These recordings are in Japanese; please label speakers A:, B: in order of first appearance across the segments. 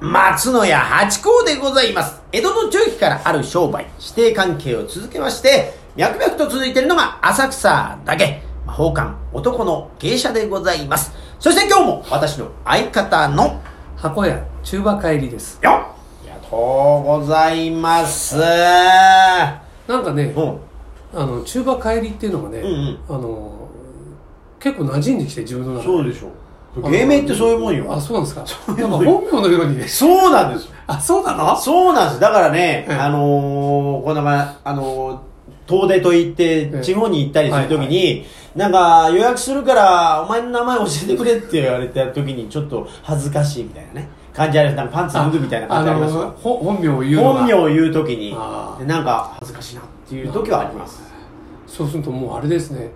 A: 松野屋八甲でございます。江戸の中期からある商売、指定関係を続けまして、脈々と続いているのが浅草だけ、宝冠男の芸者でございます。そして今日も私の相方の
B: 箱屋中馬帰りです。
A: よっありがとうございます。なん
B: かね、うん、あの、中馬帰りっていうのがね、うんうん、あの、結構馴染んできて自分の中
A: そうでしょう。芸名ってそういうもんよ。
B: あ、そうなんですか。そういうもん。本名のよう にね。
A: そうなんです。
B: あ、そうなの
A: そうなんです。だからね、あのー、この前、あのー、遠出と行って、地方に行ったりするときに、はいはい、なんか、予約するから、お前の名前教えてくれって言われたときに、ちょっと恥ずかしいみたいなね。感じあるなんかパンツ脱ぐみたいな感じあります
B: 本名を言う
A: 本名を言うときに、なんか恥ずかしいなっていうときはあります。
B: そうするともうあれですね。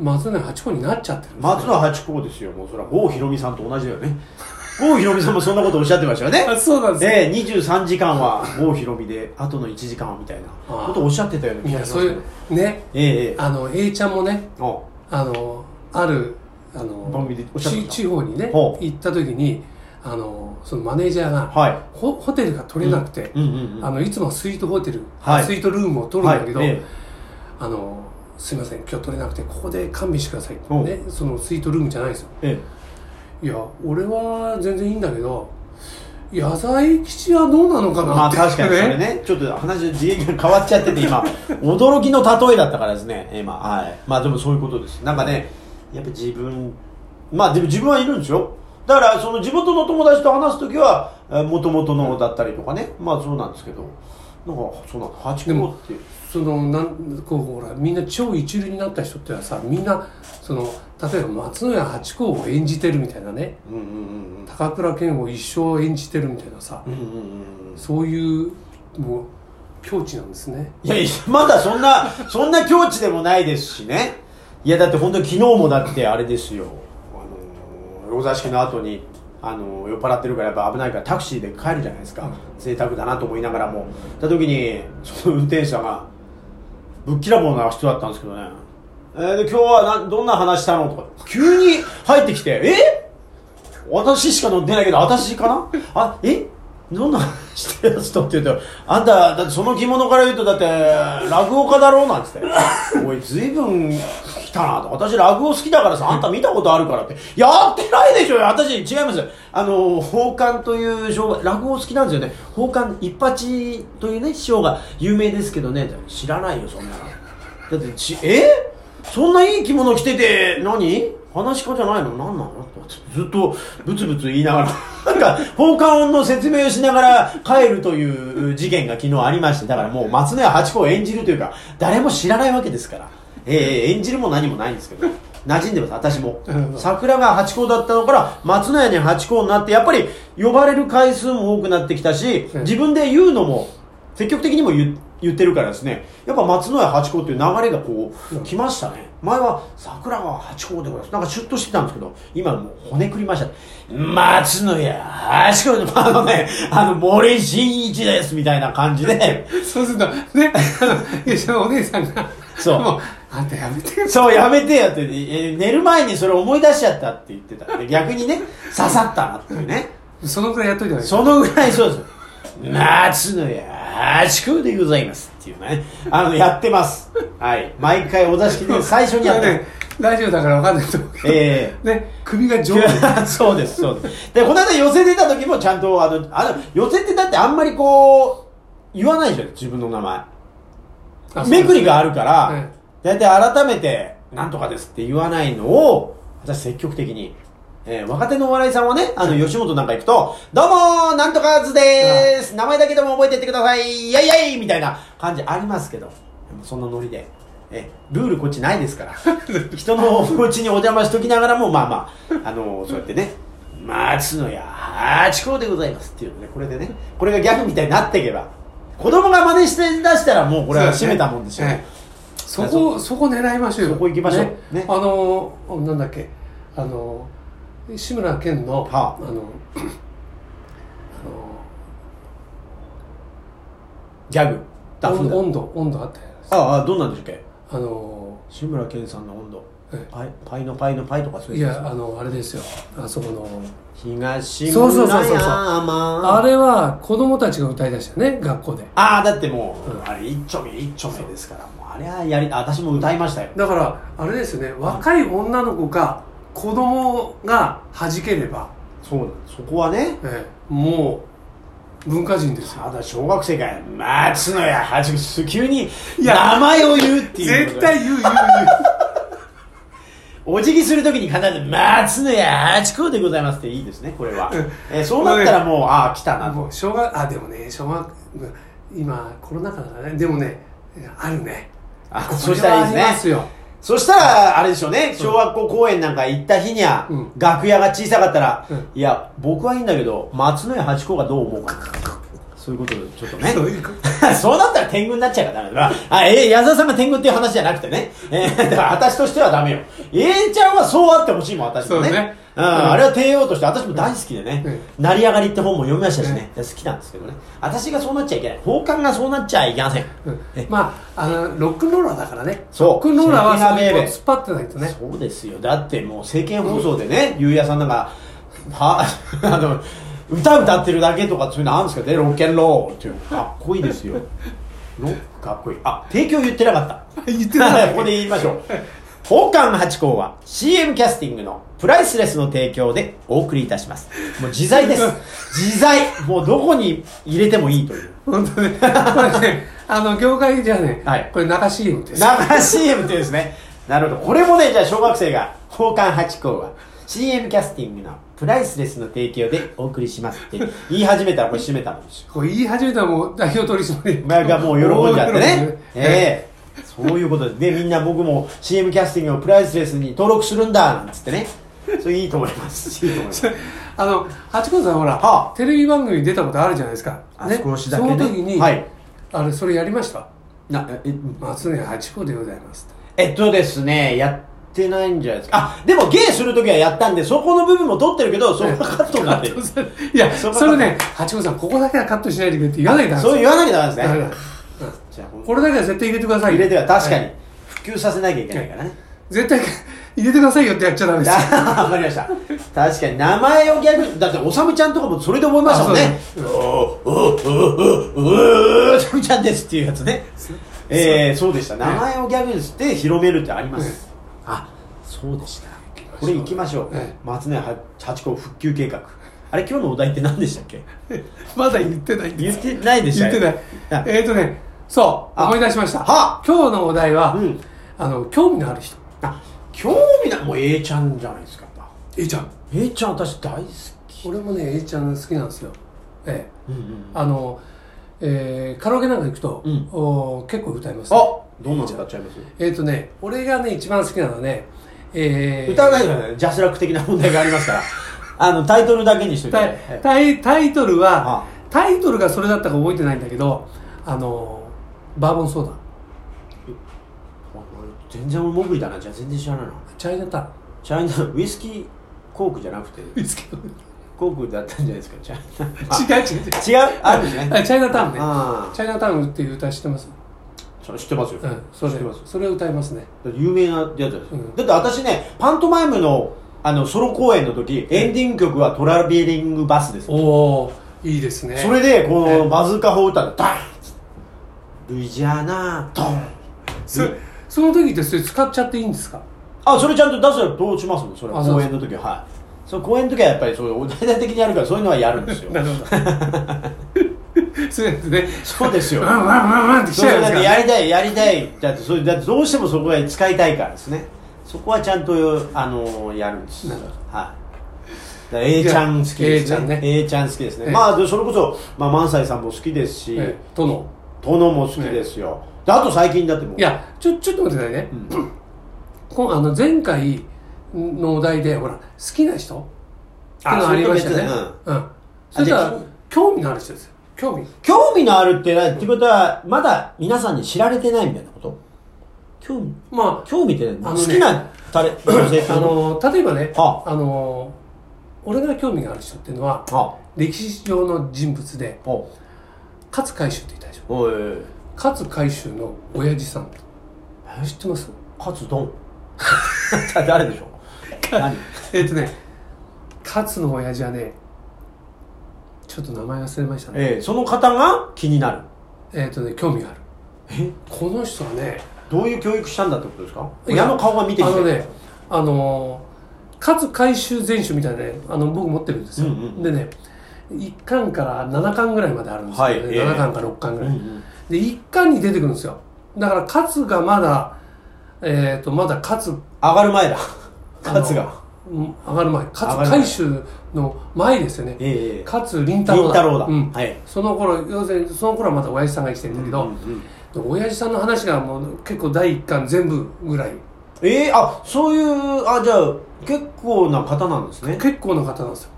B: 松野八甲になっちゃってる、ね、
A: 松野八甲ですよもうそれは郷ひろみさんと同じだよね 郷ひろみさんもそんなことおっしゃってましたよね
B: あそうなんですね、
A: えー、23時間は郷ひろみであとの1時間はみたいなことをおっしゃってたような気
B: がしますねね
A: ええ
B: ー、あの A ちゃんもねあのあるあの地方にね行った時にあのそのマネージャーが、はい、ホホテルが取れなくて、あのいつもスイートホテル、はい、スイートルームを取るんだけど、はいえー、あのすみません今日取れなくてここで勘弁してくださいってねそのスイートルームじゃないですよ、ええ、いや俺は全然いいんだけど野菜吉はどうなのかな
A: まあ確かにそれねちょっと話の自営が変わっちゃってて 今驚きの例えだったからですね今はいまあでもそういうことですなんかねやっぱ自分まあでも自分はいるんですよだからその地元の友達と話す時はもともとのだったりとかね、うん、まあそうなんですけどなんかそうなん八
B: 九ってそのなんこうほらみんな超一流になった人ってはさみんなその例えば松野屋八甲を演じてるみたいなね、高倉健を一生演じてるみたいなさ、そういうもう境地なんですね
A: いやいやまだそんな そんな境地でもないですしねいやだって本当に昨日もだってあれですよあのー、お座敷の後にあの酔っ払ってるからやっぱ危ないからタクシーで帰るじゃないですか、うん、贅沢だなと思いながらもた時にその運転手さんがぶっきらぼうな人だったんですけどね、えー、で今日はなどんな話したのとか急に入ってきてえ私しか乗ってないけど私かなあえどんな話してるやつとって言うとあんただってその着物から言うとだって落語家だろうなんつっておい随分来たなと。私、落語好きだからさ、あんた見たことあるからって。やってないでしょ私、違います。あの、宝冠という賞が、落語好きなんですよね。宝冠一八というね、師匠が有名ですけどね、知らないよ、そんなの。だって、ち、えそんないい着物着てて何、何話し家じゃないの何なのずっとブツブツ言いながらなんか放課音の説明をしながら帰るという事件が昨日ありましてだからもう松根屋八甲を演じるというか誰も知らないわけですからえー、演じるも何もないんですけど馴染んでます私も桜が八甲だったのから松野屋に八甲になってやっぱり呼ばれる回数も多くなってきたし自分で言うのも積極的にも言言ってるからですねやっぱ松野屋八甲っていう流れがこう、うん、来ましたね前は桜が八甲でございますなんかシュッとしてたんですけど今もう骨くりました松野屋八甲 あのねあの森進一ですみたいな感じ で
B: そうするとねあのお姉さんが
A: そう
B: あんたやめてよ。
A: そう、やめてよって、え寝る前にそれ思い出しちゃったって言ってたんで、逆にね、刺さったなっていうね。
B: そのぐらいやっといたらいい
A: そのぐらいそうです。夏のやーちくでございますっていうね。あの、やってます。はい。毎回お座敷で最初にやってる。
B: ラジオだからわかんないと思うけど。ええー、ね、首が上
A: 手。 そうです、そうです。で、この間寄せてた時もちゃんと、あの、あの寄せてたってあんまりこう、言わないじゃん、自分の名前。めくりがあるから、ね大体改めて、なんとかですって言わないのを、私積極的に。えー、若手のお笑いさんはね、あの、吉本なんか行くと、どうもー、なんとかずでーす名前だけでも覚えてってくださいイェイイェイみたいな感じありますけど、そんなノリで。え、ルールこっちないですから。 人のお家にお邪魔しときながらも、まあまあ、あのー、そうやってね、松野屋八甲でございますっていうね、これでね、これがギャグみたいになっていけば、子供が真似して出したらもうこれは閉めたもんですよ。
B: そこそこ狙いましょうよ
A: そこ行きましょう、ね
B: ね、あのなんだっけあの志村けんの、はあ、あの
A: ギャグ
B: 温度温度あったじゃないです
A: かああどんなんでしたっけ
B: あの
A: 志村けんさんの温度パイパイのパイのパイとかそう
B: いうやついやあのあれですよあそこの
A: 東村山
B: そうそうそうそうあれは子供たちが歌いだしたね学校で
A: ああだってもう、うん、あれ一丁目一丁目ですからもうあれはやり私も歌いましたよ
B: だからあれですね若い女の子か子供が弾ければ
A: そうそこはね、
B: ええ、もう文化人です
A: ただ小学生が「松野やはじめ」急に名前を言うっていう
B: 絶対言う言う 言う
A: お辞儀するときに必ず「松野や八甲でございます」っていいですねこれは、えそうなったらもう、ああ来たなと
B: 小学あでもね小学今コロナ禍だからねでもねあるね
A: あそうしたらいいですねそしたら、あれでしょうね、小学校公演なんか行った日にゃ、うん、楽屋が小さかったら、うん、いや、僕はいいんだけど、松野屋八甲がどう思うか。そういうことで、ちょっとね。そういう そうなったら天狗になっちゃうからだあ、えー、矢沢さんが天狗っていう話じゃなくてね。えー、だから私としてはダメよ。えー、ちゃんはそうあってほしいもん、私もね。ねうん、うん、あれは帝王として、私も大好きでね、成り上がりって本も読みましたしね、好きなんですけどね、私がそうなっちゃいけない、宝冠がそうなっちゃいけません、
B: まああの、ロックンローラーだからね、
A: そう
B: ロックンローラーはそこを突っ張ってないとね、
A: そうですよ、だってもう政見放送でね、ゆうやさんなんか、はあの歌歌ってるだけとかそういうのあるんですけどね、ロッケンローっていう、かっこいいですよ、ロックかっこいい、あ提供言ってなかった、
B: 言ってなかった、
A: ここで言いましょう。宝冠八甲は CM キャスティングのプライスレスの提供でお送りいたします。もう自在です。自在。もうどこに入れてもいいという。
B: 本当ね。これね、あの、業界じゃね、はい、これ中 CM です。
A: 中 CM ってですね。なるほど。これもね、じゃあ小学生が、宝冠八甲は CM キャスティングのプライスレスの提供でお送りしますって言い始めたらこれ締めたもんです
B: これ言い始めたらもう代表取締
A: 役がもう喜んじゃって ね。ええーそういうことで、で、みんな僕も CM キャスティングをプライスレスに登録するんだ、なんつってね。それいいと思います。いいと思います。
B: あの、ハチコさんほら、はあ、テレビ番組に出たことあるじゃないですか。
A: ね、少しだけ、ね、
B: その時に、はい、あれ、それやりましたな、え、松根ハチコでございます。
A: えっとですね、やってないんじゃないですか。あ、でもゲイする時はやったんで、そこの部分も取ってるけど、 そこがカットになってる。
B: いや、それね、ハチコさん、ここだけはカットしないでくれって言わないから。
A: そう言わなきゃダメですね。
B: じゃこれだけは絶対入れてください
A: 入れては確かに、普及させなきゃいけないからね
B: 絶対入れてくださいよってやっちゃダメです
A: わかりました確かに名前をギャグだっておさむちゃんとかもそれで思いましたもんね「おおおおおさむちゃんです」っていうやつねええそうでした名前をギャグにして広めるってあります、あそうでしたこれ行きましょう、松根八甲復旧計画あれ今日のお題って何でしたっけ
B: まだ言ってない
A: 言ってないでした
B: 言ってないえっ、とねそう、思い出しました。
A: は
B: 今日のお題は、うん、あの、興味のある人。
A: あ、興味な、もう A ちゃんじゃないですか。
B: A ちゃん。
A: A ちゃん私大好き。
B: 俺もね、A ちゃん好きなんですよ。ええ。うんうん、あの、えー、カラオケなんか行くと、うん、お結構歌います、
A: ね。あどんなの歌っちゃいます
B: えっ、とね、俺がね、一番好きなのはね、
A: えー、歌わないじゃないジャスラック的な問題があります から。あの、タイトルだけにしといて、
B: ねタイ。タイトルは、タイトルがそれだったか覚えてないんだけど、あのバーボンソーダ
A: 全然俺モグリだなじゃあ全然知らないな
B: チャイナタウン
A: チャイナウイスキーコークじゃなくて
B: ウイスキー
A: コークだったんじゃないですかチャ
B: イナ違う違う
A: 違う違うあるんですね
B: チャイナタウンねチャイナタウンっていう歌知ってます、
A: それ知ってますよ、うん
B: それ知ってますそれ歌いますね
A: 有名なやつです、うん、だって私ねパントマイムのあのソロ公演の時エンディング曲は「トラベリングバス」です、
B: おおいいですね
A: それでこのバズーカ砲歌でダンルイジアナドン
B: そその時ってそれ使っちゃっていいんですか
A: あそれちゃんと出せばどうしますもんそれ公演の時ははいその公演の時はやっぱりそういうお題材的にやるからそういうのはやるんですよ
B: なるほど そうですね
A: そうですよ
B: ワンワンワンワンって
A: きちゃうんですかやりたいやりたいだってそれだってどうしてもそこは使いたいからですねそこはちゃんとあのやるんですなるほどはいだ A ちゃん好きですね A ちゃん好きですねまあそれこそ、まあ、萬斎さんも好きですし
B: 殿
A: 殿も好きですよ、であと最近だっても
B: いやちょちょっと待ってくださいね、うん、あの前回のお題でほら好きな人ってのありましたねうん、それじゃ興味のある人ですよ興味
A: 興味のあるってなってことはまだ皆さんに知られてないみたいなこと興味
B: ま
A: あ興味って、ね、好きな 誰
B: 女 性あの例えばねあの俺が興味がある人っていうのは歴史上の人物で勝海舟っていたでしょ勝海舟の親父さん知ってます
A: 勝どん 誰でしょう
B: えっとね勝の親父はねちょっと名前忘れましたね、
A: えー、その方が気になる
B: えっとね興味がある
A: え
B: この人はね
A: どういう教育したんだってことですか親の顔が見てきて
B: あのねあの勝回収全集みたいなねあの僕持ってるんですよ、
A: うんうん、
B: でね1巻から7巻ぐらいまであるんですよね、はいえー、7巻から6巻ぐらい、うんうん、で1巻に出てくるんですよだから勝がまだえっ、ー、とまだ勝
A: 上がる前だ勝が
B: 上がる前勝海舟の前ですよね、
A: えー、
B: 勝林太郎
A: だ太郎だ、
B: うん
A: はい、
B: その頃要するにその頃はまだ親父さんが生きてるんだけど、うんうんうん、親父さんの話がもう結構第1巻全部ぐらい
A: ええー、あそういうあじゃあ結構な方なんですね
B: 結構な方なんですよ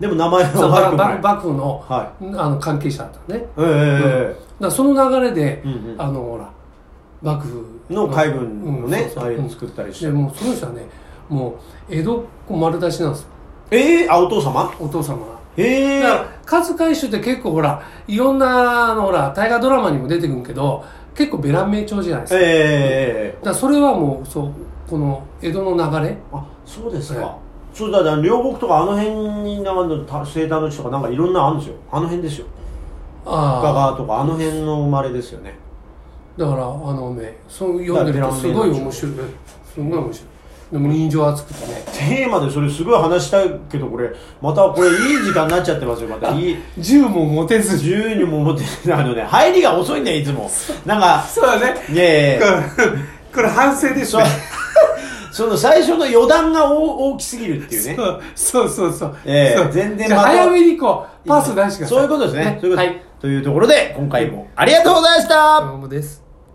A: でも名前
B: は悪くない幕府の,、
A: はい、
B: あの関係者だったね
A: ええー、うん、
B: だその流れで、
A: うんうん、
B: あのほら幕府
A: の海軍のね、うん、そうそう作ったりして、
B: うん、でもうその人はねもう江戸丸出しなんですよ
A: ええー、あお父様
B: お父様が
A: ええー、だから
B: 数回収って結構ほらいろんなあのほら大河ドラマにも出てくるけど結構ベラン名調じゃないですか、
A: え
B: ー、だそれはもうそうこの江戸の流れ
A: あそうですか、はい、そうだだ両国とかあの辺になんか生誕の地とかなんかいろんなあるんですよあの辺ですよ
B: あ
A: 深川とかあの辺の生まれですよね
B: だからあのねそう読んでるとすごい面白いすごい面白いでも人情熱くてね
A: テーマでそれすごい話したいけどこれまたこれいい時間になっちゃってますよまたいい
B: 10も持てず
A: 10にも持てずあのね入りが遅いんだよいつもなんか
B: そうだね
A: いやいや
B: これ反省でしょ
A: その最初の余談が大きすぎるっていうね。
B: そうそうそう
A: ええー、全然
B: 早めにこう、パス出してください。
A: そういうことですね。ね
B: はい。
A: というところで、今回もありがとうございました
B: どうもです。